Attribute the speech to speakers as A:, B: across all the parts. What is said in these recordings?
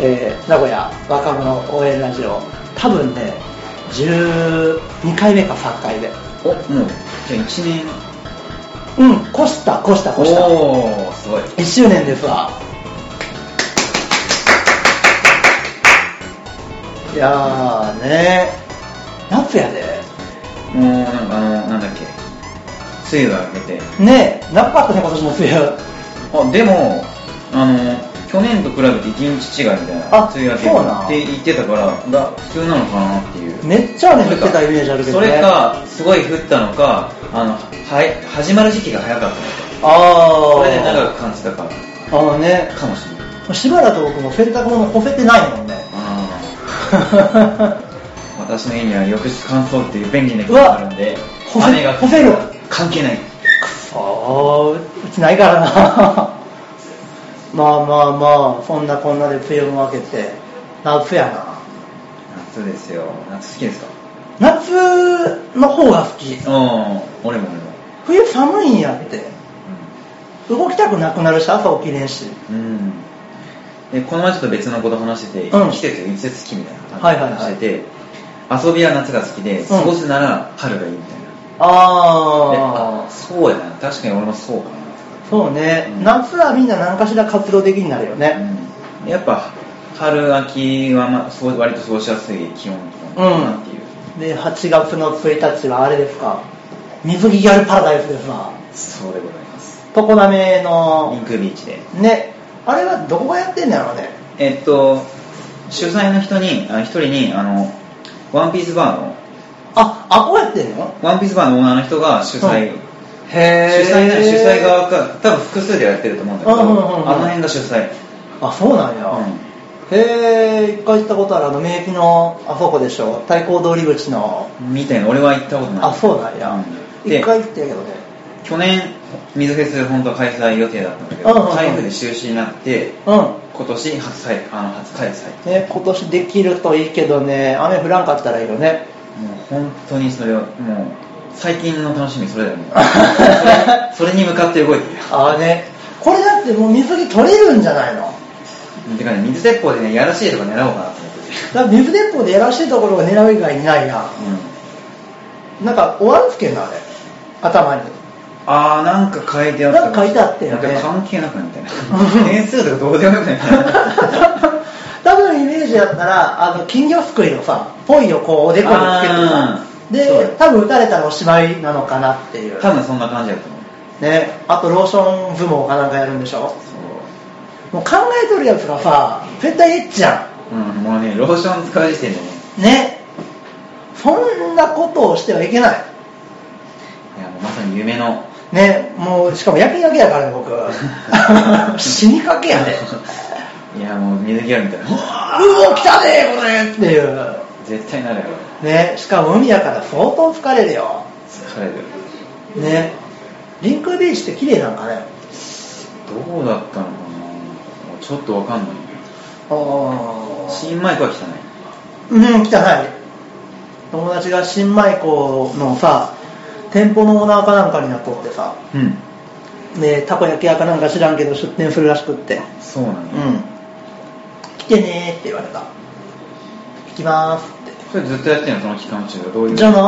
A: えー名古屋若者応援ラジオ多分ね12回目か3回目
B: おもうじゃあ1年
A: うん越した越した越した
B: おおすごい
A: 1周年ですわいやーね夏やで
B: もうなんかあのなんだっけ梅雨が明けて
A: ねえなかったね今年も梅雨
B: あでもあの去年と比べて1日違いみたいな
A: あ
B: 梅雨明け
A: そうなん
B: って言ってたからだ普通なのかなっていう
A: めっちゃ雨降ってたイメージあるけどね
B: それかすごい降ったのかあのはい始まる時期が早かったのか
A: あ
B: そ
A: あ
B: れで長く感じたから
A: あのね
B: かもしれない
A: しばらく僕も洗濯物干せてないもん ね
B: あー私の家には浴室乾燥っていう便利な機
A: う
B: 能
A: わ
B: があるんで
A: 干せ
B: 雨が降っ
A: 干せる
B: 関係ない
A: くそーうちないからな まあまあまあそんなこんなで梅雨も明けて夏やな
B: 夏ですよ夏好きですか
A: 夏の方が好き
B: うん俺も俺も
A: 冬寒いんやって動きたくなくなるし朝起きれんし
B: うんでこの前ちょっと別のこと話してて、
A: うん
B: 季節一節好きみたいな
A: はいはいはい
B: 話してて、遊びは夏が好きで
A: ん
B: 過ごすなら春がいいみたいな、で
A: あ
B: あ
A: あ
B: そうやな確かに俺もそうか
A: そうね、
B: うん
A: 夏はみんな何かしら活動的になるよ
B: な、
A: ね、
B: うん、やっぱ春秋は、まあ、そう割と過ごしやすい気温とかなのかなっていう、
A: で8月の1日はあれですか水着ギャルパラダイスですな
B: そうでございます
A: 常滑
B: リ
A: の
B: ンクビーチで
A: ねあれはどこがやってんだろうね
B: えっと主催の人にあ一人にあのワンピースバーの
A: ああこうやってんの
B: ワンピースバーのオーナーの人が主催、
A: うんへ
B: 主催な
A: え
B: 主催側か多分複数でやってると思うんだけど、
A: うんうんうんうん
B: あの辺が主催、
A: あそうなんや、へえ一回行ったことあるあの名駅のあそこでしょ太鼓通り口の
B: うんみたいな俺は行ったことない
A: あそうなんや
B: うん
A: 一
B: で
A: 回行ってんやけどね
B: 去年水フェス本当は開催予定だったんだけ
A: うんうんう
B: ど
A: ん
B: 台風で中止になって
A: うん
B: 今年初開あの初開催
A: ね、今年できるといいけどね、雨降らんかったらいいよね。
B: もう本当にそれをもう最近の楽しみそれ だよねそれそれに向かって動いてる
A: ああね、これだってもう水着取れるんじゃないの
B: てかね水鉄砲でねやらしいとか狙おうかなと思ってて
A: だから水鉄砲でやらしいところが狙う以外にないな。
B: うん
A: なんか、おわんつけんのあれ。頭に。
B: あーなんか書いてあった
A: なんか書いてあったよね
B: なんか関係なくないみたい な点数とかどうでもよくないみたいな
A: 多分イメージだったら、あの、金魚すくいのさ、ポイをこうおでこにつけてさ
B: あ、ーそうだ
A: で
B: ね、
A: 多分打たれたらおしまいなのかなっていう。
B: 多分そんな感じだと思う
A: ね、あとローション相撲かなんかやるんでしょもう考えとるやつがさ、絶対エッチやん。
B: そう、うん、もうねローション使う時点でね
A: ねそんなことをしてはいけない
B: いやもうまさに夢の
A: ねもうしかも夜勤明けやからね 僕死にかけやで、
B: いやもう水際みたいなう
A: う
B: わ
A: お来たでこれっていう
B: ー絶対なるやろ
A: ねしかも海やから相当疲れるよ
B: 疲れる
A: ねリンクビーチって綺麗なんかね
B: どうだったのかなちょっとわかんない
A: ああ
B: 新マイクは汚い
A: うん汚い友達が新米港のさ店舗のオーナーかなんかになっとってさ
B: うん
A: でたこ焼き屋かなんか知らんけど出店するらしくって
B: そうなの、ね
A: うん。来てねーって言われた。来まーすっ
B: それずっとやってんのその期間中はどうい
A: て。
B: う
A: じゃな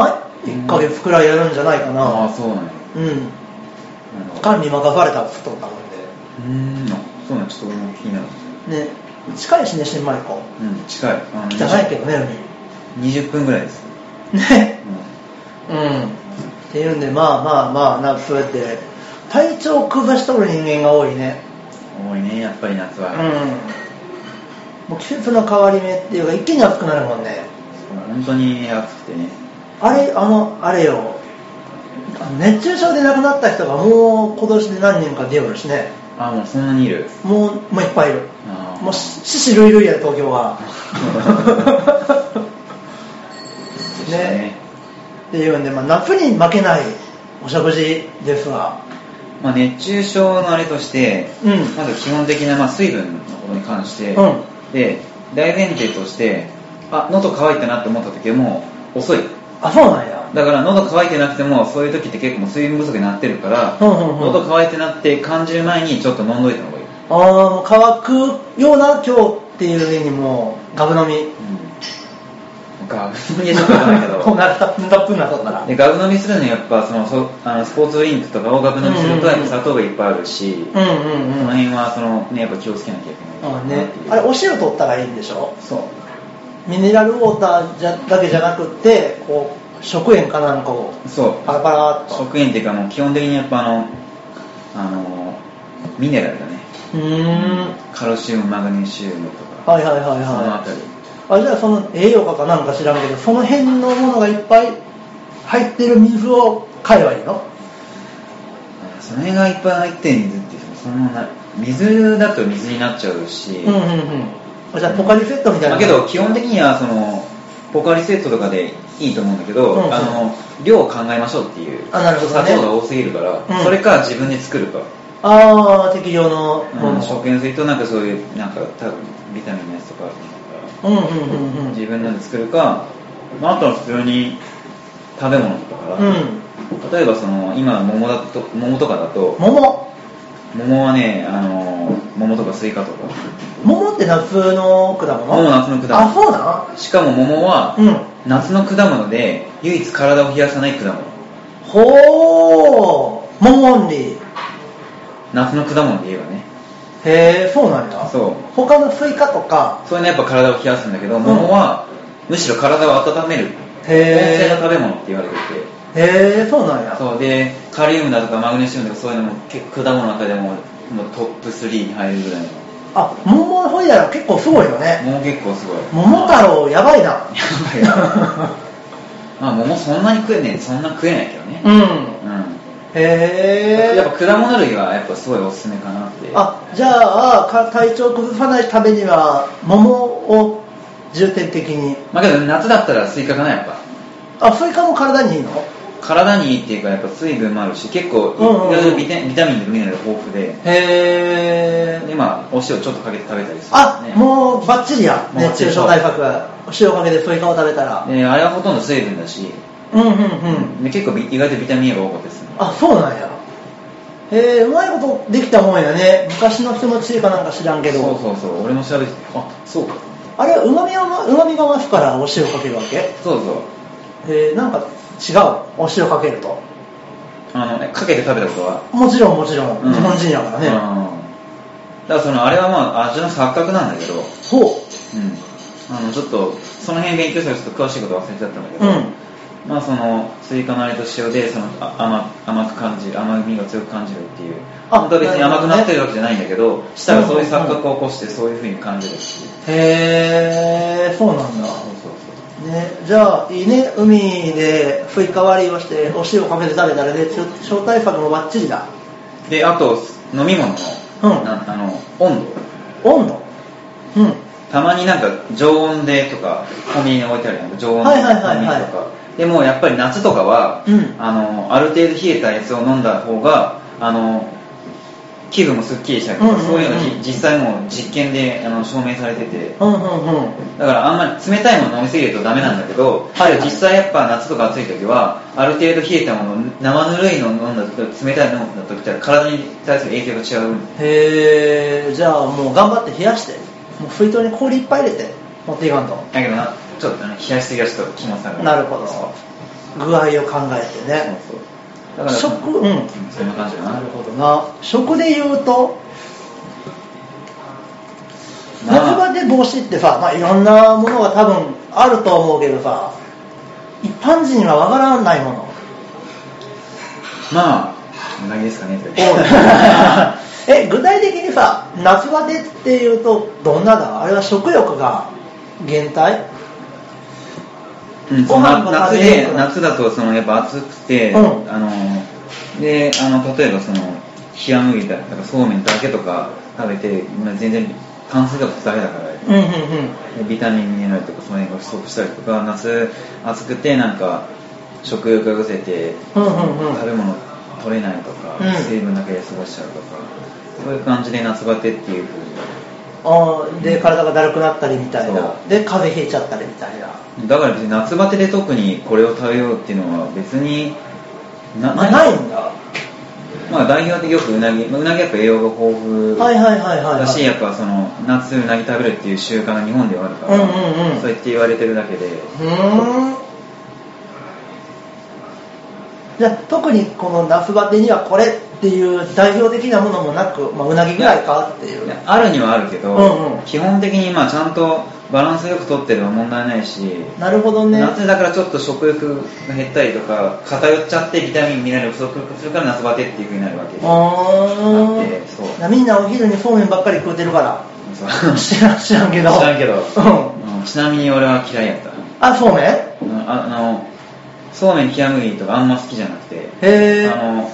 A: い
B: うん
A: ?1 ヶ月くらいやるんじゃないか
B: ああ
A: な。
B: そうなの、ね、
A: うん。
B: なんか
A: 管理任されたっつっとったもん
B: うーんそうなんちょっと俺も気になる
A: で。ね。近いしね、新米湖。
B: うん近いあの
A: じゃないけどね、
B: 20分ぐらいです、
A: 海。ね。
B: う
A: うん。っていうんで、まあまあまあ、なんかそうやって、体調を崩しとる人間が多いね。
B: ん、多いねやっぱり夏
A: うん
B: は、。
A: もう季節の変わり目っていうか、一気に暑くなるもんね。
B: 本当に暑くてね
A: あれ、あの、あれよ、あの熱中症で亡くなった人がもう今年で何人か出よるしね、
B: あもうそんなにいる
A: もうもういっぱいいる、
B: あー
A: もうし獅子類類やで、東京 は。
B: そうです
A: ねっていうんで、まあ、夏に負けないお食事ですが、
B: まあ、熱中症のあれとして、
A: うん
B: まず基本的な、まあ、水分のことに関して、
A: うん
B: で大前提としてあ喉乾いたなって思った時はもう遅い
A: あ、そうなんや、
B: だから喉乾いてなくてもそういう時って結構もう水分不足になってるから、
A: うんうんうん
B: 喉乾いてなって感じる前にちょっと飲んどいた方がいい
A: あーもう乾くような今日っていう上にもうガブ飲 み
B: うん、ガブ飲みはちょっとわかんな いけ
A: こん
B: ど
A: なたっぷりなさったら
B: でガブ飲みするのやっぱそのそあのスポーツドリンクとかをガブ飲みするとやっぱ砂糖がいっぱいあるし、
A: うんうんう
B: そ
A: ん
B: の
A: あ
B: 辺はその、ね、やっぱ気をつけなきゃいけない
A: ー
B: な
A: ね
B: っていう
A: あれお塩取ったらいいんでしょ
B: そう
A: ミネラルウォーターじゃだけじゃなくってこう食塩かなんかを
B: そう
A: パラパラっと
B: 食塩っていうかもう基本的にやっぱあのあのミネラルだね
A: うーん
B: カルシウムマグネシウムとか
A: はいはいはい
B: そのあ
A: は
B: たり
A: いあじゃあその栄養価かなんか知らんけどその辺のものがいっぱい入ってる水を買えばいいの
B: あその辺がいっぱい入ってん水ってそんなない水だと水になっちゃうし、
A: うんうんうんあじゃあポカリセットみたいな
B: まあけど基本的にはそのポカリセットとかでいいと思うんだけど、
A: うんうん
B: あの量を考えましょうっていう
A: あなるほど
B: 砂
A: ね
B: 糖が多すぎるから、
A: うん
B: それか自分で作るか、
A: ああ適量のも
B: うん
A: の
B: 食塩水となんかそういうなんか多分ビタミンのやつとかあると思うから
A: うんうんうんうん
B: 自分ので作るか、まあ、あとは普通に食べ物とか
A: う
B: から、
A: ん
B: 例えばその今桃だと桃とかだと
A: 桃
B: 桃はねあの桃とかスイカとか
A: 桃って夏の果物
B: 桃夏の果
A: あそうな
B: 物しかも桃は
A: んうん
B: 夏の果物で唯一体を冷やさない果物
A: ほー桃オンリー
B: 夏の果物で言えばね
A: へえそうなんや
B: そう
A: 他のスイカとか
B: そういうのやっぱ体を冷やすんだけど
A: うん
B: 桃はむしろ体を温める
A: へ
B: 温性
A: え
B: の食べ物って言われていて
A: へえそうなんや
B: そうでカリウムだとかマグネシウムとかそういうのも結構果物の中でももうトップ3に入るぐらいの
A: あ桃のほいやら結構すごいよね
B: 桃結構すごい
A: 桃太郎やばいな
B: やばいなまあ桃そんなに食えねえそんな食えないけど ね
A: うん
B: うん
A: へ
B: やっ
A: え
B: ぱ果物類はやっぱすごいおすすめかなって
A: あじゃあか体調崩さないためには桃を重点的に
B: まあけど夏だったらスイカかなやっぱ
A: あスイカも体にいいの
B: 体にいいっていうかやっぱ水分もあるし結構い
A: うんうんうん
B: いろいろビタビタミンとミネラル豊富で
A: へ
B: でまあお塩ちょっとかけて食べたりする
A: あ、
B: ね
A: もうバッチリや
B: もうバッ
A: 熱
B: チリ
A: 中症対策お塩かけてスイカを食べたら
B: であれはほとんど水分だし、
A: うんうんうん
B: で結構び意外とビタミン A が多かったですね
A: あそうなんやへえうまいことできたもんやね昔の人の知恵かなんか知らんけど
B: そうそうそう俺も調べててあそうか
A: あれうまみをうまみが増すからお塩かけるわけ
B: そうそう
A: えー、なんか違うお塩かけると
B: あのねかけて食べたことは
A: もちろんもちろん、
B: うん
A: 日本人やからね、
B: うんだからそのあれはまあ味の錯覚なんだけど、うん、
A: ほ
B: あのちょっとその辺勉強したらちょっと詳しいこと忘れちゃったんだけ
A: うう
B: ど、
A: ん
B: まあそのスイカのあれと塩でそのあ甘甘く感じる甘みが強く感じるっていう
A: あ
B: 本当は別に
A: なるほ
B: 甘
A: ど
B: く
A: ね
B: なってるわけじゃないんだけど舌がそういう錯覚を起こしてそういう風に感じるっていう
A: へえそうなんだ
B: そうそう
A: ね、じゃあいいね海でスイカ割りをしてお塩かけて食べたらね招待策もバッチリだ
B: そうであと飲み物の,、
A: うん
B: なあの温度
A: 温度うん
B: たまになんか常温でとかコンビニに置いてあるやん常温で
A: は
B: コン
A: い
B: ビ
A: はい
B: ニと
A: はいはい
B: かでもやっぱり夏とかは、
A: うん
B: あのある程度冷えたやつを飲んだ方があの気分もすっきりしたりとか、
A: うんうんうん
B: そういうのじ実際もう実験であの証明されてて
A: うんうんうん
B: だからあんまり冷たいもの飲みすぎるとダメなんだけど、
A: はいはい
B: 実際やっぱ夏とか暑い時はある程度冷えたもの生ぬるいの飲んだ時と冷たいの飲んだ時って体に対する影響が違う
A: へえじゃあもう頑張って冷やしてもう水筒に氷いっぱい入れて持っていかんと
B: だけどなちょっとね冷やしすぎはちょっと気持ち悪い
A: なるほど
B: そう
A: 具合を考えてね
B: そうそうだから
A: 食うん
B: そんな感じかな
A: なるほどな食で言うと
B: まあ
A: 夏バテ防止ってさ、まあ、いろんなものが多分あると思うけどさ一般人はわからないも の
B: まあこんな感じですかね
A: え具体的にさ夏バテっていうとどんなだあれは食欲が減退
B: うん
A: ご飯も
B: 夏
A: 食べれる
B: で夏だとそのやっぱ暑くて、
A: うん
B: あのであの例えばその冷麦だとかそうめんだけとか食べて、まあ、全然炭水化物だけだから
A: うんうんうん
B: でビタミンミネラルとかその辺が不足したりとか夏暑くてなんか食欲がうせて、
A: うんうんうん
B: 食べ物取れないとか、
A: うん
B: 水分だけで過ごしちゃうとかそういう感じで夏バテっていうふうに
A: あーで体がだるくなったりみたいな
B: そ
A: で風邪ひいちゃったりみたいな
B: だから別に夏バテで特にこれを食べようっていうのは別にな
A: ないんだ
B: まあ代表的よくうなぎ、まあうなぎやっぱ栄養が豊富
A: はいはいはいはい、
B: だ
A: は
B: し、
A: い
B: やっぱその夏うなぎ食べるっていう習慣が日本ではあるから、
A: うんうんうん
B: そうやって言われてるだけで、
A: うーんじゃあ特にこのナスバテにはこれっていう代表的なものもなく、まあ、うなぎぐらいかっていう
B: あるにはあるけど、
A: うんうん
B: 基本的にまあちゃんとバランスよく取ってれば問題ないし、
A: なるほどね
B: 夏だからちょっと食欲が減ったりとか偏っちゃってビタミンミネラル不足するから夏バテっていうふうになるわけで
A: あ
B: だってそう
A: ーなみんなお昼にそうめんばっかり食うてるから
B: そう
A: 知らん知らんけど
B: 知らんけど
A: うん
B: うんちなみに俺は嫌いやった
A: あそうめんへ
B: うんああのそうめん極麦とかあんま好きじゃなくて
A: え
B: あの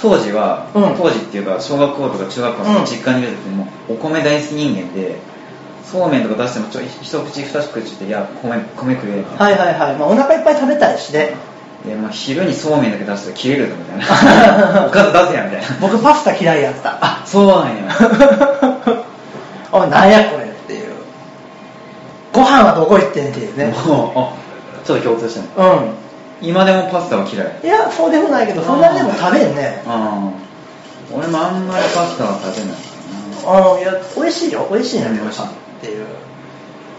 B: 当時は、
A: うん
B: 当時っていうか小学校とか中学校
A: うん
B: の実家にいる時もお米大好き人間でそうめんとか出してもちょい一口二口って「いや米米くれ」みたいな
A: はいはいはい、まあ、お腹いっぱい食べたいしね
B: でもう昼にそうめんだけ出したら切れるぞみたい なおかず出せやみたいな
A: 僕パスタ嫌いやった
B: あそうなんや
A: おいなんやこれっていうご飯はどこ行ってんっていう ね
B: もうあちょっと共通したね
A: う
B: 今でもパスタは嫌い
A: んいやそうでもないけどそんなでも食べんね
B: ああ俺もあんまりパスタは食べないか
A: うんいや美味しいよ美味しいな
B: うん
A: 美味しいっていう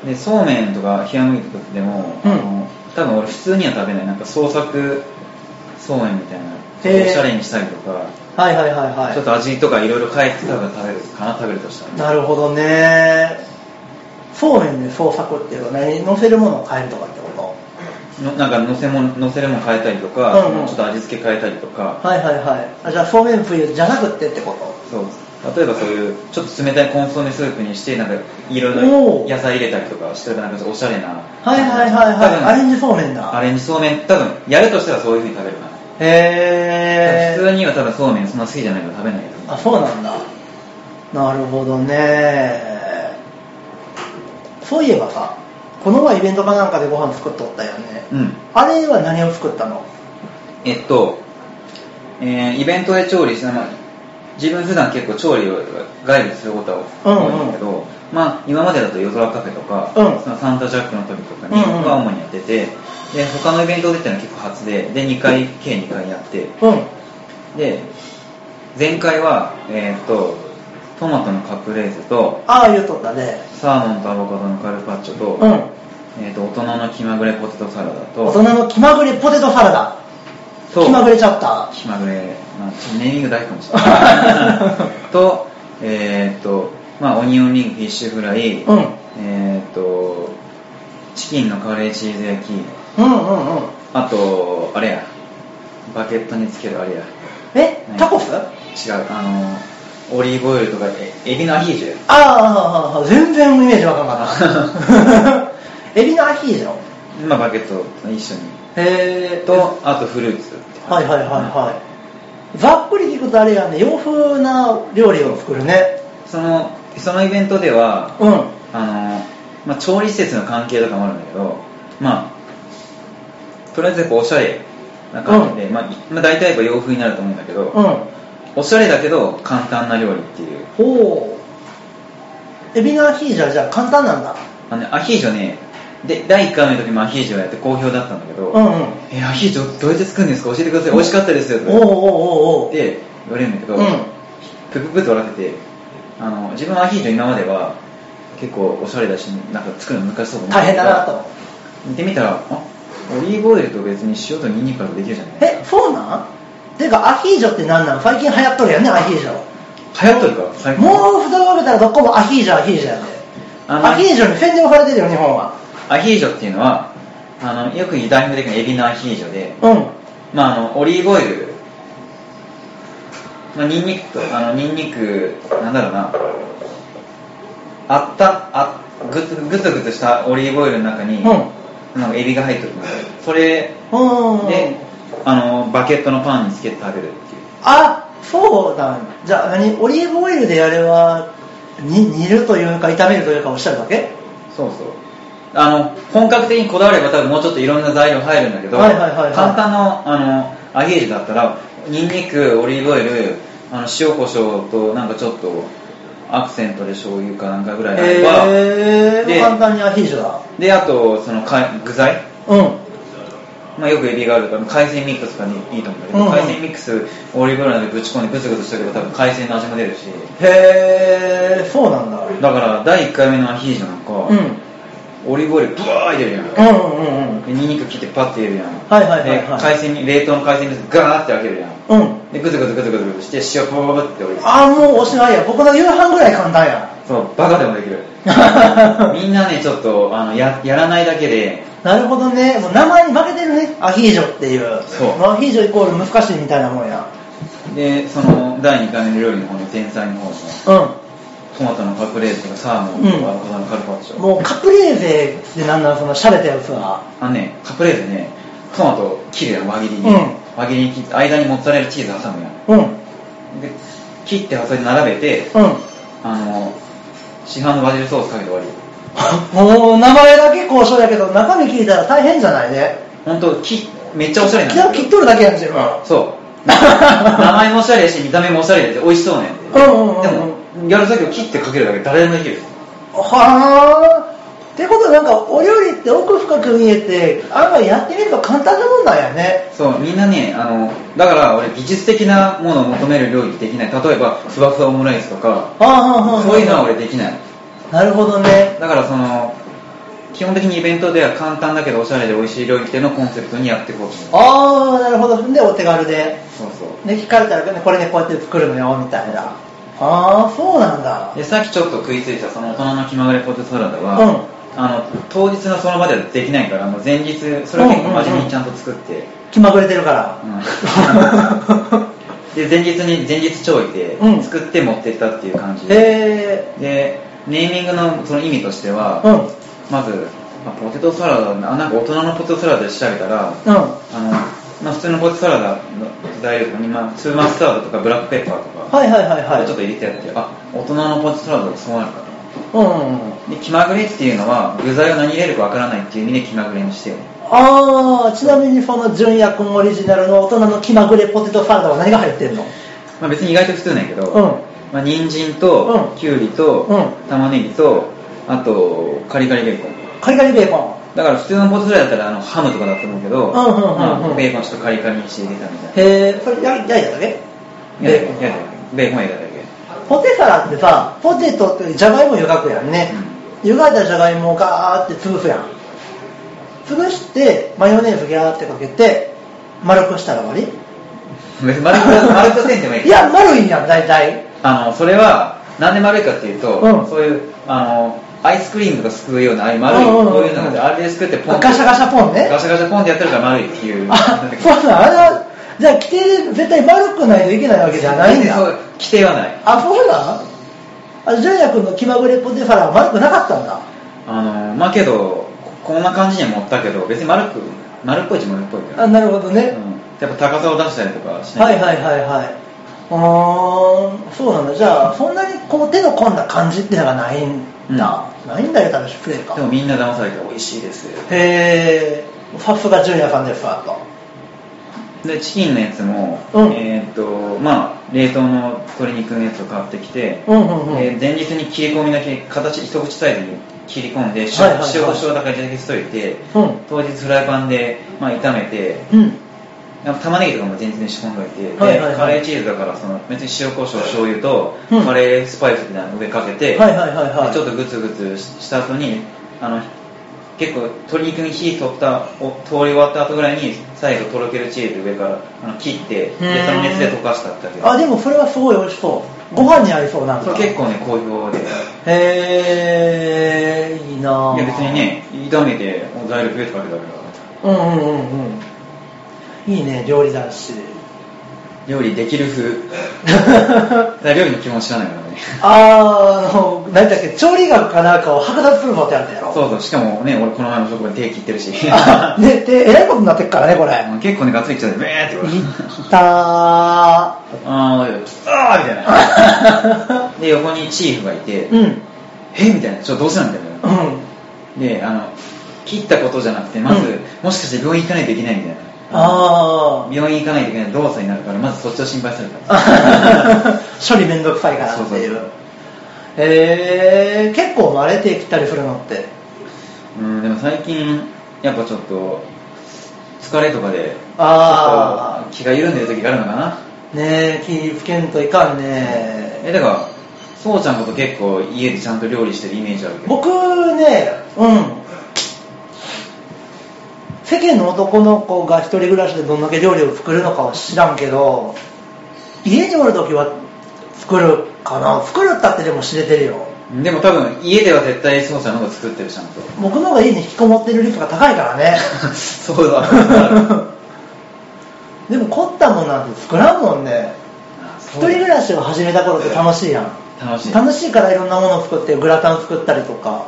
B: なでそうめんとか冷麦とかでも、
A: うん
B: あの多分俺普通には食べないなんか創作そうめんみたいな
A: へー
B: おしゃれにしたりとか、
A: はいはいはいはい
B: ちょっと味とかいろいろ変えて多分食べるかな食べるとしたら
A: なるほどねそうめんで創作っていうのは何乗せるものを変えるとかってこ
B: のなんかのせものせるもん変えたりとか、
A: うんうん
B: ちょっと味付け変えたりと
A: と
B: か、
A: はいはいはいあじゃあそうめん冬じゃなくってってこと
B: そう例えばそういうちょっと冷たいコンソメスープにしてなんかいろい
A: お
B: ろ
A: ー
B: 野菜入れたりとかしてなんかおしゃれな
A: はいはいはいは
B: 多
A: い
B: 分
A: アレンジそうめんだ
B: アレンジそうめん多分やるとしたらそういうふうに食べるかな、
A: へえ
B: 普通には多分そうめんそんな好きじゃないから食べないよ
A: あそうなんだなるほどねそういえばさこの前イベントかなんかでご飯作っとったよね、
B: うん
A: あれは何を作ったの
B: えっと、えーイベントで調理しなまあ自分普段結構調理を外部することは多いんだけど、まあ、今までだと夜空カフェとか、
A: うん
B: そのサンタジャックの時とかに
A: うんうん
B: は主にやってて、で他のイベントでっていうのは結構初でで2回計2回やって
A: うん
B: で前回は、えーっとトマトのカプレーゼと
A: ああ言うとったね
B: サーモンとアボカドのカルパッチョと,、
A: うん
B: えーっと大人の気まぐれポテトサラダと
A: 大人の気まぐれポテトサラダ
B: そう
A: 気まぐれチャプタ
B: 気まぐれ、まあ、ちょっとネーミング大かもしれな いとえーっとまあオニオンリングフィッシュフライ、
A: うん
B: えーっとチキンのカレーチーズ焼き
A: ーうんうんうん
B: あとあれやバケットにつけるあれや
A: え
B: 何
A: タコス
B: 違うあのオリーブオイルとかえエビのアヒージョや
A: ああああ全然イメージわかんなか ったエビのアヒージョ
B: まあバケットと一緒に
A: へえ
B: とあとフルーツ
A: はいはいはいはい。ざっくり聞くとあれやね、洋風な料理を作るね。
B: そのそのイベントでは
A: うん。
B: あのまあ、調理施設の関係とかもあるんだけど、まあ、とりあえずやっぱおしゃれな感じで、まあ、いまあ大体やっぱ洋風になると思うんだけど、
A: うん。
B: おしゃれだけど簡単な料理っていう
A: ほう。エビのアヒージョはじゃあ簡単なんだ。
B: あの、ね、アヒージョねで第1回目の時もアヒージョやって好評だったんだけど、
A: うんうん。
B: えアヒージョどうやって作るんですか教えてください美味しかったですよと
A: おうおう
B: か
A: おうおう。
B: 言って言われるんだけど、
A: うん
B: プププって笑っててあの自分はアヒージョ今までは結構おしゃれだしなんか作るの難しそうと思って
A: 大変だなと。
B: 見てみたらあオリーブオイルと別に塩とニンニクからできるじゃない
A: え、そうなんてかアヒージョって何なん最近流行っとるよね、アヒージョ。
B: 流行っとるから最近
A: もう蓋を開けたらどこもアヒージョ、アヒージョやで。
B: あの
A: アヒージョに宣伝をされてるよ、日本は。
B: アヒージョっていうのはあのよく代表的なエビのアヒージョで、
A: うん。
B: まあ、あのオリーブオイル、まあ、ニンニクとあのニンニクなんだろうなあったあグツグツグツしたオリーブオイルの中に、なんかエビが入ってるのそれ
A: うん。うん。
B: であのバケットのパンにつけて食べるっていう
A: あそうだじゃあ何オリーブオイルであれはに煮るというか炒めるというかおっしゃるだけ
B: そうそうあの本格的にこだわれば多分もうちょっといろんな材料入るんだけど、
A: はいはいはいはい
B: 簡単なあのアヒージョだったらニンニクオリーブオイルあの塩コショウとなんかちょっとアクセントで醤油かなんかぐらいあれば、
A: えー、
B: で
A: 簡単にアヒージョだ
B: であとそのか具材
A: うん
B: まあ、よくエビがあるから海鮮ミックスとかにいいと思うんだけど、
A: うんうん
B: 海鮮ミックスオリーブオイルなんでぶち込んでグツグツしとけば多分海鮮の味も出るし
A: へえそうなんだう
B: だから第1回目のアヒージョなんか、
A: ん
B: オリーブオイルブワー入れるやん、
A: うんうんうん
B: でニンニク切ってパッて入れるやん
A: はいはいはいはい
B: で海鮮に冷凍の海鮮ミックスガーって開けるやん
A: うん
B: でグツグツグツグツグツして塩パパパパって置いて
A: ああもうおしまいや僕の夕飯ぐらい簡単や
B: そうバカでもで きるみんなねちょっとあのややらないだけで
A: なるほどねもう名前に負けてるねアヒージョっていう
B: そう
A: アヒージョイコール難しいみたいなもんや
B: でその第2回目の料理の方の前菜の方の
A: う
B: トマトのカプレーゼとかサーモンと
A: うん
B: か、アボカドのカルパッチョ
A: んもうカプレーゼってなんなんその洒落たやつは
B: あのねカプレーゼねトマト切るやん輪切りに、
A: うん
B: 輪切りに切って間にモッツァレラチーズ挟む
A: うん
B: やん
A: うん
B: で切って挟んで並べてあの市販のバジルソースかけて終わり
A: もう名前だけ交渉やけど中身聞いたら大変じゃないね
B: 本当きめっちゃおしゃれなんだ
A: 切
B: け
A: っ
B: ど
A: とるだけやん自分
B: そう名前もおしゃれやし見た目もおしゃれで美味しそうね
A: うんうんうん
B: でもやる作業切ってかけるだけで誰でもできる
A: はあってことはなんかお料理って奥深く見えて案外やってみると簡単なもんなんやね
B: そうみんなねあのだから俺技術的なものを求める料理できない例えばふわふわオムライスとか
A: はあはあはあ
B: そういうのは俺できない
A: なるほどね
B: だからその基本的にイベントでは簡単だけどおしゃれで美味しい料理っていうのをコンセプトにやっていこうと思う
A: ああなるほどでお手軽で
B: そうそう
A: で聞かれたらねこれねこうやって作るのよみたいなああそうなんだ
B: でさっきちょっと食いついたその大人の気まぐれポテトサラダは、
A: うん
B: あの当日のその場ではできないからもう前日それは結構真面目にちゃんと作って、
A: 気まぐれてるから、
B: で前日に前日調理で
A: うん
B: 作って持ってったっていう感じで、
A: え
B: でネーミングのその意味としては、
A: ー、うんうん
B: まず、まあポテトサラダなあなんか大人のポテトサラダで調べたら
A: は
B: あの、まあ、普通のポテトサラダの材料とかに、まあ、ツーマスタードとかブラックペッパーと
A: い
B: か、
A: はいはいはい
B: ちょっと入れてやってあ大人のポテトサラダはそうなるかと
A: うんうんうん
B: で気まぐれっていうのは具材を何入れるかわからないっていう意味で気まぐれにして
A: ああちなみにその純也君オリジナルの大人の気まぐれポテトサラダは何が入ってんの
B: まあ、別に意外と普通なんやけど、
A: うん
B: まあ人参と
A: うん
B: きゅうりと
A: う
B: 玉ねぎとあとカリカリベーコン
A: カリカリベーコン
B: だから普通のポテトサラダだったらあのハムとかだと思うけど、
A: うんうんうんうん
B: まあベーコンちょっとカリカリにして入れたみたいな
A: へえそれ焼いただけ
B: いや
A: ベーコ
B: いや
A: ン
B: いやベーコン入れただ
A: ポテサラってさポテトってじゃがいも湯がくやんね、湯がいたじゃがいもをガーって潰すやん潰してマヨネーズギャーってかけて丸くしたら終わり
B: け別に丸く丸くせんでもいい
A: いや丸いんやん大体
B: あのそれはなんで丸いかっていうと、
A: うん
B: そういうあのアイスクリームとかすくうようなああいう丸い、
A: うんうんうん
B: こういうのであれですくってポンって
A: ガシャガシャポンね
B: ガシャガシャポンってやってるから丸いっていう
A: あそうなんあれはじゃあ規定で絶対丸くないといけないわけじゃないんだ
B: そう規定はない
A: あ、そうなんあ、ジュニア君の気まぐれポテサラは丸くなかったんだ。
B: あのまあけどここんな感じには持ったけど別に丸く丸っぽいっちゃ丸っぽいから、
A: あ、なるほど
B: う
A: ね。
B: んやっぱ高さを出したりとかしな
A: はいいはいはいはい。うーん、そうなんだ。じゃあ、そんなにこう手の込んだ感じってのがないんだ。ないんだよ、多分失礼か
B: で。もみんな騙されて美味しいです
A: へー、さすがジュニアさんですわ、と。
B: でチキンのやつも、
A: うん
B: えーっとまあ冷凍の鶏肉のやつを買ってきて、
A: うんうんうん。
B: で前日に切り込みだけ形一口サイズに切り込んで塩,、
A: はいはいはい
B: 塩コショウだけだけしといて
A: うん。
B: 当日フライパンで、まあ、炒めて
A: うん。
B: なんか玉ねぎとかも全然仕込んどいて、で
A: はいはいはい
B: カレーチーズだからその別に塩コショウ醤油と
A: うん
B: カレースパイスみたいなの上かけて、
A: はいはいはいはい
B: でちょっとグツグツした後にあの結構鶏肉に火取ったお通り終わった後ぐらいに最後とろけるチーズ上からあの切って
A: へー
B: でその熱で溶かしたってだけ
A: あ、でもそれはすごい美味しそう。ご飯に合いそうなん
B: そ
A: だ。
B: れ結構ね好評でい
A: へー、いいなぁ
B: や別にね炒めてお材料増えてかけたから
A: うんうんうんうんいいね料理男子
B: 料理できる 風
A: あ
B: だから料理の気持ち知らないからね
A: ああの何だっけ調理学かなんかを剥奪するのってあるんだやろ
B: そうそうしかもね俺この前の職場で手切って るし
A: あねでえらいことになってっからねこれ
B: うん結構ね、ガッツリ来ちゃって、ブエーってこ
A: い
B: れ。
A: ったーあ
B: あー、あーみた いな。で、横にチーフがいて、
A: うんうん
B: えみたいな、ちょっとどうしたみたいな。で、あの、切ったことじゃなくて、まず、
A: うん
B: もしかして病院行かないといけないみたいな。
A: あ ー
B: 病院行かないといけない動作になるから、まずそっちを心配するから。
A: 処理めんどくさいからってい
B: そう
A: う
B: そう
A: えー、結構割れてきたりするのって
B: うん、でも最近、やっぱちょっと、疲れとかで、
A: あ
B: ちょっと気が緩んでる時があるのかな。
A: ーねえ気ぃつけんといかんね
B: え、だから、そうちゃんこと結構家でちゃんと料理してるイメージあるけど。
A: 僕ねうん世間の男の子が一人暮らしでどんだけ料理を作るのかは知らんけど家におる時は作るかな作るったってでも知れてるよ
B: でも多分、家では絶対そうちゃんの方が作ってる、ちゃんと。
A: 僕の方が家に引きこもってる率が高いからね
B: そうだ。
A: でも凝ったもんなんて作らんもんね一人暮らしを始めた頃って楽しいやん
B: 楽しい。
A: 楽しいからいろんなものを作ってグラタン作ったりとか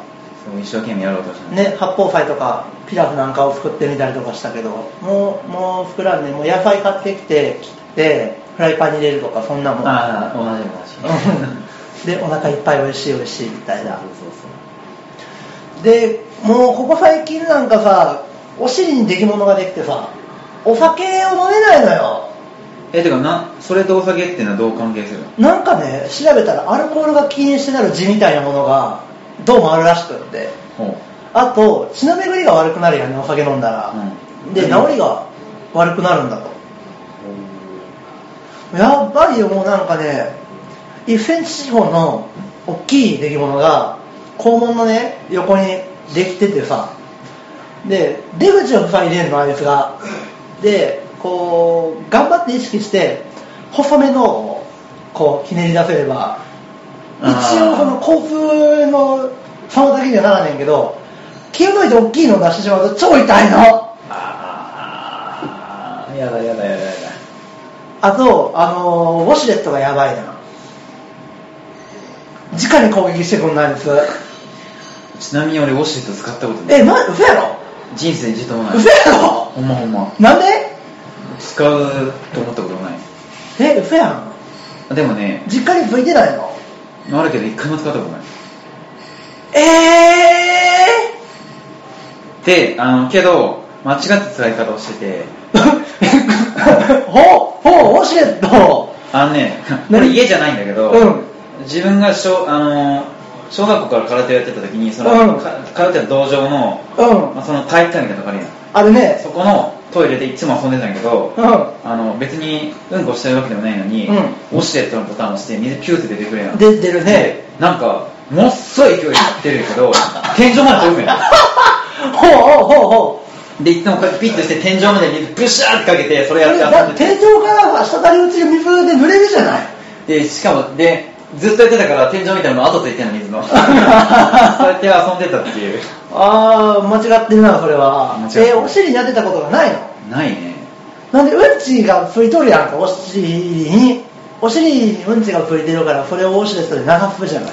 B: そう一生懸命やろうとした
A: ね八宝菜とかピラフなんかを作ってみたりとかしたけどもうもう膨らんでもう野菜買ってきて切ってフライパンに入れるとかそんなもん
B: ああ、同じ同じ。
A: でお腹いっぱい美味しい美味しいみたいな
B: そうそう
A: でもうここ最近なんかさお尻に出来物ができてさお酒を飲めないのよ
B: えてかなそれとお酒っていうのはどう関係するの
A: なんかね調べたらアルコールが禁煙してなる字みたいなものがどうもあるらしくって
B: ほ
A: あと血の巡りが悪くなるよねお酒飲んだら、
B: うん
A: で治りが悪くなるんだとやばいよもうなんかね1センチ四方の大きい出来物が肛門のね横にできててさで出口を塞いでんのあいつがでこう頑張って意識して細めのをこうひねり出せれば一
B: あー
A: 応その交通の竿だけにはならねんけど気を抜いて大きいのを出してしまうと超痛いの
B: ああやだやだやだやだ
A: あと、あのーウォシュレットがやばいな。直に攻撃してくんないんです。
B: ちなみに俺ウォシュレット使ったことない
A: え、な、嘘やろ
B: 人生で一度もない
A: 嘘やろ
B: ほんまほんま
A: なんで
B: 使うと思ったこともない
A: え、嘘やん。
B: でもね
A: 実家についてないの
B: あるけど一回も使ったことない
A: え
B: であのけど間違った使い方をしてて
A: ー、ほ、ほ、ウォシュレット。
B: あのねこ
A: 何
B: れ家じゃないんだけど、
A: うん
B: 自分が小あの小学校から空手をやってた時にその、
A: うん
B: か空手の道場の
A: うん。
B: まあ、その体育館みたいなとこあるやん
A: あれね、
B: そこのトイレでいつも遊んでたんやけど
A: うん。
B: あの別にうんこしてるわけでもないのに、
A: うん
B: ウォシュレットのボタンを押して水ピューって出てくれやん
A: 出てるね。
B: なんかもっそい勢いで出るけど天井まで飛ぶんや
A: ほうほうほうほう。
B: でいつもこうやってピッとして天井まで水ブシャーってかけてそれや
A: だ
B: って遊んで
A: 天井から滴り落ちる水で濡れるじゃない。
B: てでしかもでずっとやってたから天井みたいなの跡ついてんの水 のそうやって遊んでたっていう
A: あー、間違ってるな、それは
B: 間違っ。てる
A: えお尻に当てたことがないの
B: ないね
A: なんでうんちがついとるやんかお尻にお尻にうんちがついてるからそれをウォシュレットで流すじゃない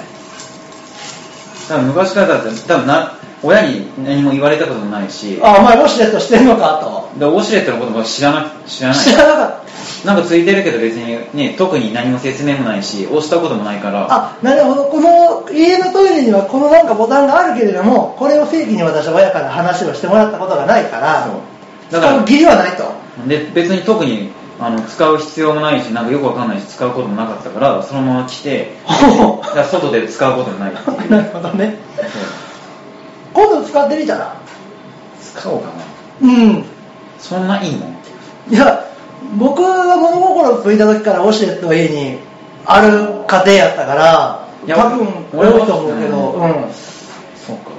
B: 多分昔からだって多分な親に何も言われたこともないし
A: あお前ウォシュレットしてんのかと
B: でウォシュレットのことも知らな知らない
A: 知らなかった
B: なんかついてるけど別にね特に何も説明もないし押したこともないから
A: あなるほどこの家のトイレにはこのなんかボタンがあるけれどもこれを正規に私は親から話をしてもらったことがないから
B: そうだか
A: 使
B: ら
A: う義理はないと
B: で別に特にあの使う必要もないしなんかよくわかんないし使うこともなかったからそのまま来て
A: ほ
B: だから外で使うこともないっていう
A: うなるほどね今度使ってみたら
B: 使おうかな
A: うん
B: そんないいもん
A: いや僕が物心ついた時からウォシュレットが家にある家庭やったから
B: いや
A: 多分
B: 俺
A: 多いと思うけど、
B: 俺
A: うん、
B: そうか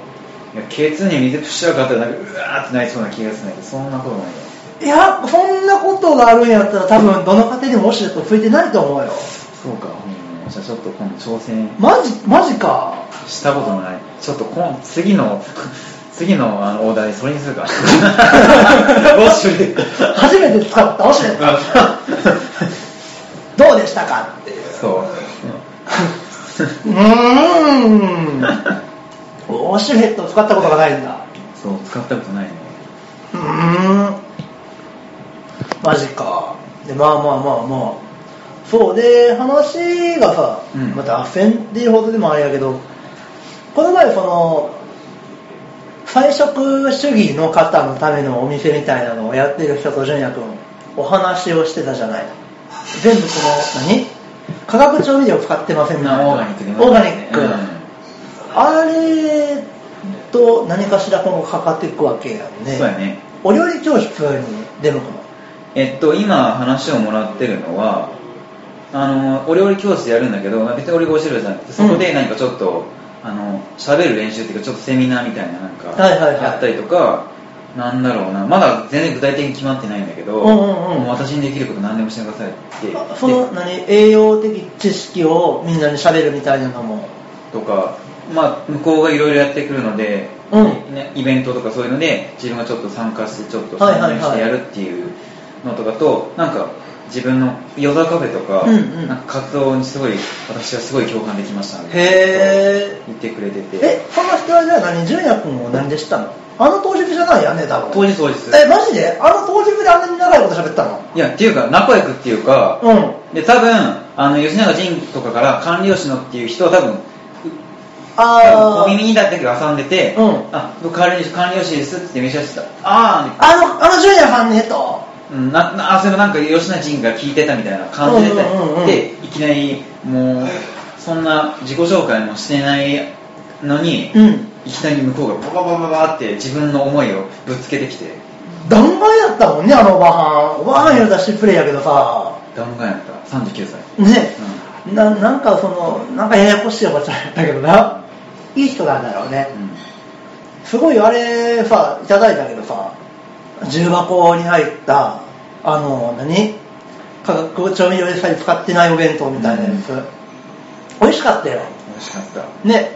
B: いやケツに水プシャーかったらなんかうわーってなりそうな気がするんだけどそんなことないよ
A: いやそんなことがあるんやったら多分どの家庭にもウォシュレットついてないと思うよ
B: そうか、うん、じゃあちょっと今度挑戦
A: マジマジか
B: したこともないちょっと今次の 次のあのお題それにす るか ウォッシュレット
A: 初めて使ったウォシュレットどうでしたかっていう
B: そう
A: うーんウォシュレット使ったことがないんだ
B: そう使ったことないね
A: うーんマジかでまあまあまあまあそうで話がさ、
B: うん
A: また脱線っていうほどでもあれやけどこの前その菜食主義の方のためのお店みたいなのをやってる人と純也君お話をしてたじゃない全部この何化学調味料使ってません
B: まあオーガニックでも
A: オーガニック、あれと何かしら今後かかっていくわけやん
B: うんそうやね
A: お料理教室に出向くの
B: えっと、今話をもらってるのは、あの、お料理教室やるんだけど、別に俺が教えるじゃなくて、そこでなんかちょっと、あの、喋る練習っていうか、ちょっとセミナーみたいななんか、
A: はいはいはい
B: やったりとか、なんだろうな、まだ全然具体的に決まってないんだけど、
A: うんうんうん
B: もう私にできること何でもしてくださいって言っ
A: あ
B: て、
A: その何栄養的知識をみんなに喋るみたいなのも
B: とか、まあ、向こうがいろいろやってくるので、
A: うん
B: ねイベントとかそういうので自分がちょっと参加してちょっと
A: はい
B: 参
A: はいはい
B: 入してやるっていうのとかと、なんか自分のヨザカフェとか,、
A: うんうん
B: なんか活動にすごい私はすごい共感できました
A: へー
B: 言ってくれてて
A: えその人はじゃあ何純也君を何で知ったのあの当直じゃないやね多分
B: 当時当日
A: えマジであの当直であんなに長いこと喋ったの
B: いやっていうか仲良くっていうか、
A: うん
B: で多分あの吉永仁とかから管理吉野っていう人は多分
A: あー
B: 小耳にだけが挟んでて、
A: うん
B: あ僕管理管理吉ですって飯をしてたあ
A: あ
B: あ
A: のあの純也さんねと
B: うんななあそれもなんか吉野仁が聞いてたみたいな感じで,、
A: うんうんうんうん
B: でいきなりもうそんな自己紹介もしてないのに、
A: うん
B: いきなり向こうがバババババって自分の思いをぶつけてきて
A: 弾丸やったもんねあのおばはんおばはん言うたらしプレイやけどさ
B: 弾丸やった39歳
A: ね、ななんかそのなんかややこしいおばちゃんやったけどないい人なんだろうね、すごいあれさいただいたけどさ重箱に入ったあの何化学調味料一切使ってないお弁当みたいなやつ、
B: うん
A: 美味しかったよ
B: 美味しかった
A: ね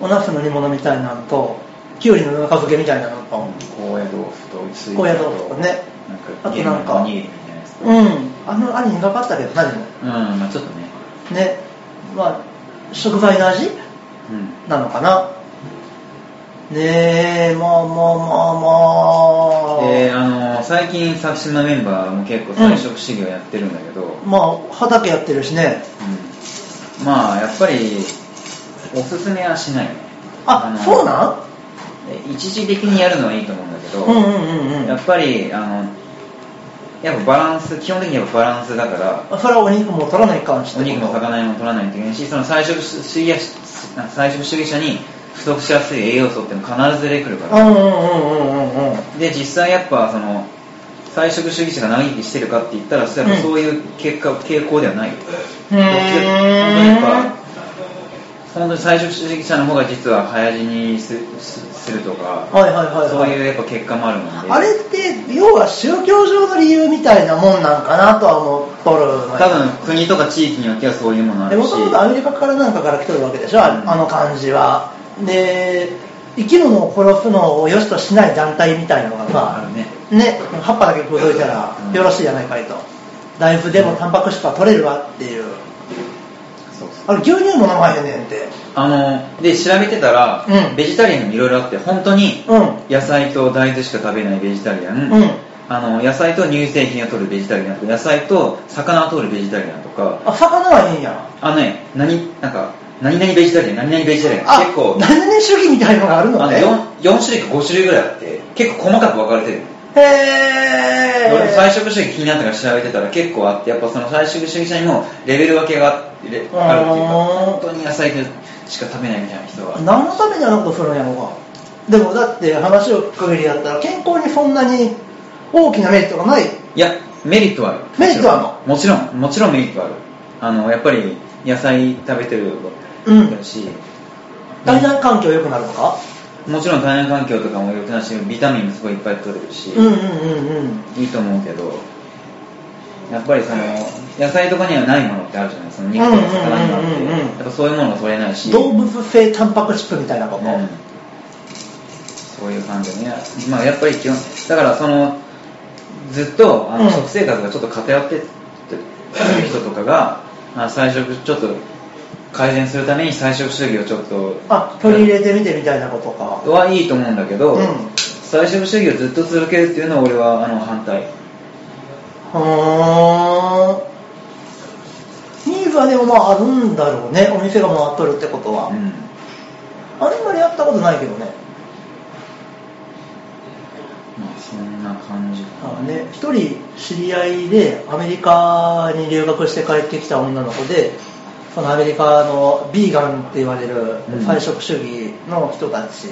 A: お茄子の煮物みたいなのときゅうりのぬか漬けみたいなのと
B: 高野豆腐と薄い
A: 高野豆腐とね
B: なんか
A: あとなんか
B: おにぎりみたいなやつと
A: うんあのあれ苦かったけど何も
B: うんまあちょっとね
A: ねまあ食材の味
B: うん
A: なのかなねえまあまあまあまあ
B: であの最近作詞のメンバーも結構菜食修行やってるんだけど、
A: まあ畑やってるしね
B: うんまあやっぱりおすすめはしないね
A: あ
B: の
A: そうなん
B: え一時的にやるのはいいと思うんだけど、
A: うんうんうんうん
B: やっぱりあのやっぱバランス基本的にやっぱバランスだから
A: それはお肉も取らないかんし
B: お肉も魚も取らないといけないしその菜食主義者菜食主義者に不足しやすい栄養素っていうの必ず出てくるか
A: う
B: ら
A: んうんうんうんうんうん
B: で実際やっぱその菜食主義者が長生きしてるかって言ったらそれは
A: うん
B: そういう結果、傾向ではないどっちか
A: うーん
B: 本当にやっぱ本当に菜食主義者の方が実は早死にすすするとか、
A: はいはいはいはい
B: そういうやっぱ結果もあるので
A: あれって要は宗教上の理由みたいなもんなんかなとは思っとるのよ
B: 多分国とか地域によってはそういうものあ
A: で
B: る
A: も
B: し
A: ともとアメリカからなんかから来てるわけでしょ、あ
B: うん
A: あの感じはで生きるのを殺すのを良しとしない団体みたいなのが
B: あ
A: さ
B: るね
A: ね葉っぱだけ届いたら
B: うん
A: よろしいじゃないかいと大豆でもタンパク質は取れるわっていう
B: そうそ
A: あ
B: う
A: れ牛乳も名前やねんって
B: あので調べてたら、
A: うん
B: ベジタリアンもいろいろあって本当に
A: うん
B: 野菜と大豆しか食べないベジタリアン、
A: うん
B: あの野菜と乳製品を取るベジタリアンとか野菜と魚を取るベジタリアンとか
A: あ魚はいいんや
B: あのね何なんか何々ベジタリアン何々ベジタリアン結構
A: 何々主義みたいのがあるの
B: あの
A: ね
B: 4, 4種類か5種類ぐらいあって結構細かく分かれてる、
A: へー
B: 俺も菜食主義気になったから調べてたら結構あってやっぱその菜食主義者にもレベル分けがあってれあるっていうか
A: うん
B: 本当に野菜しか食べないみたいな人は
A: 何のためにあの子するんやろうかでもだって話を聞く限りだったら健康にそんなに大きなメリットがない
B: いやメリットはある
A: メリットはあるの
B: もちろんもちろんメリットはあるあのやっぱり野菜食べてる
A: うん
B: し、
A: 体内環境良くなるとか
B: もちろん体内環境とかも良くなるしビタミンもすごいいっぱい取れるし、
A: うんうんうんうん
B: いいと思うけどやっぱりその野菜とかにはないものってあるじゃないその肉とか魚にはあ
A: うんうんうんうん
B: ってやっぱそういうものが取れないし
A: 動物性タンパク質みたいなこと、
B: うんそういう感じでねまあやっぱり基本だからそのずっとあの、
A: うん
B: 食生活がちょっと偏ってる人と かが、あ、菜食ちょっと改善するために菜食主義をちょっと
A: あ取り入れてみてみたいなことか
B: はいいと思うんだけど、
A: うん
B: 菜食主義をずっと続けるっていうのは俺はあの反対
A: ふーんニーズはでもまああるんだろうねお店が回っとるってことは、
B: うん
A: あんまりやったことないけどね
B: まあそんな感じか
A: あ
B: な
A: のね、一人知り合いでアメリカに留学して帰ってきた女の子でそのアメリカのビーガンって言われる
B: うん
A: 菜食主義の人たち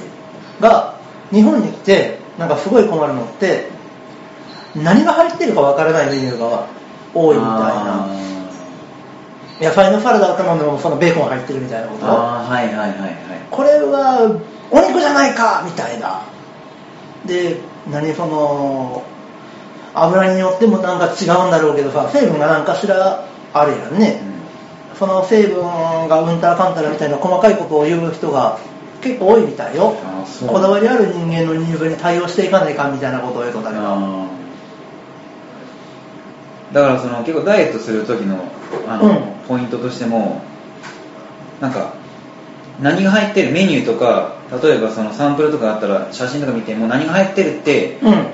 A: が日本に来てなんかすごい困るのって何が入ってるかわからないメニューが多いみたいな野菜のサラダを頼んでもそのベーコン入ってるみたいなこと
B: あーあーはいはいはいはい
A: これはお肉じゃないかみたいなで何その油によってもなんか違うんだろうけどさ成分が何かしらあるやんね、その成分がうんたらかんたらみたいな細かいことを言う人が結構多いみたいよ
B: あそう
A: こだわりある人間のニーズに対応していかないかみたいなことを言うとだけど
B: あーだからその結構ダイエットする時のあの、
A: うん
B: ポイントとしてもなんか何が入ってるメニューとか例えばそのサンプルとかあったら写真とか見てもう何が入ってるって
A: うん
B: 明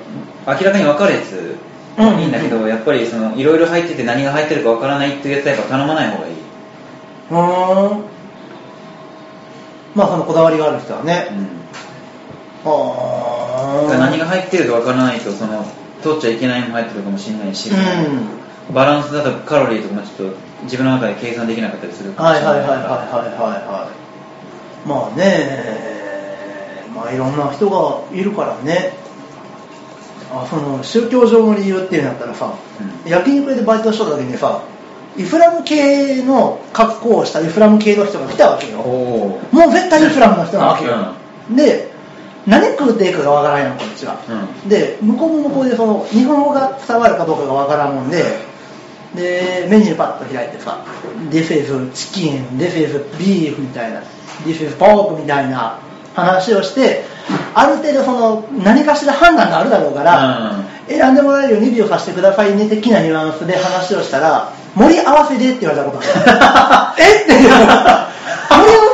B: らかに分かるやつ
A: うん
B: いいんだけど、やっぱりそのいろいろ入ってて何が入ってるか分からないっていうやつはやっぱ頼まない方がいい、
A: うーんまあそのこだわりがある人はね、
B: う
A: あ
B: ん、
A: あ
B: 何が入ってるか分からないとその取っちゃいけないもの入ってるかもしれないし、
A: う
B: バランスだとカロリーとかもちょっと自分の中で計算できなかったりするかもし
A: はいはい
B: れな
A: はい
B: い
A: はいはいはいはいまあねまあいろんな人がいるからねあその宗教上の理由っていうんだったらさ、
B: う
A: 焼肉屋でバイトしとった時にさイスラム系の格好をしたイスラム系の人が来たわけよも
B: おお
A: う絶対イスラムの人なわけよ、で何食うていいかがわからんやんこっちは、で向こうも向こうでその日本語が伝わるかどうかがわからんもんででメニューパッと開いてさ「This is チキン」「This is beef」みたいな「This is pork」みたいな話をしてある程度その何かしら判断があるだろうから、
B: うん
A: 選んでもらえるようにビューさせてくださいね的なニュアンスで話をしたら盛り合わせでって言われたこ とあるえって盛り合わ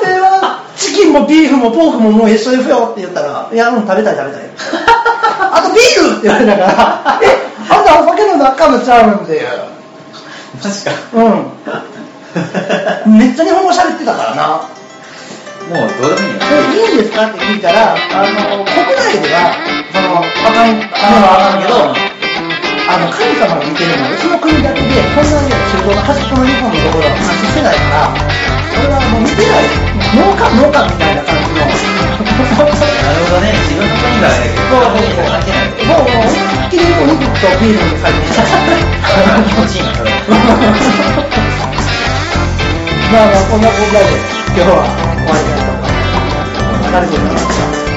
A: せはチキンもビーフもポークももう一緒ですよって言ったらいやうん食べたい食べ たいあとビールって言われたからえあんたお酒の中のちゃうんっていう
B: マジか
A: うんめっちゃ日本語喋ってたからな
B: もうどうでもいいよ
A: えいいんですかって聞いたらあの国内ではそのあかんあかんのはあかんけどあの神様が見てるのはうちの国だけでこんなに中東の端っこの日本のところは話してないからそれはもう見てない農家農家みたいな感じの
B: なるほどね自分の国がね
A: もうもうもう
B: 国が関
A: もう思いっ
B: 係ない
A: きりお肉とビールに書いてた
B: 気持ちいいなそれ
A: まあまあこんなこんなで今日は終わりたいと思います。疲れてるな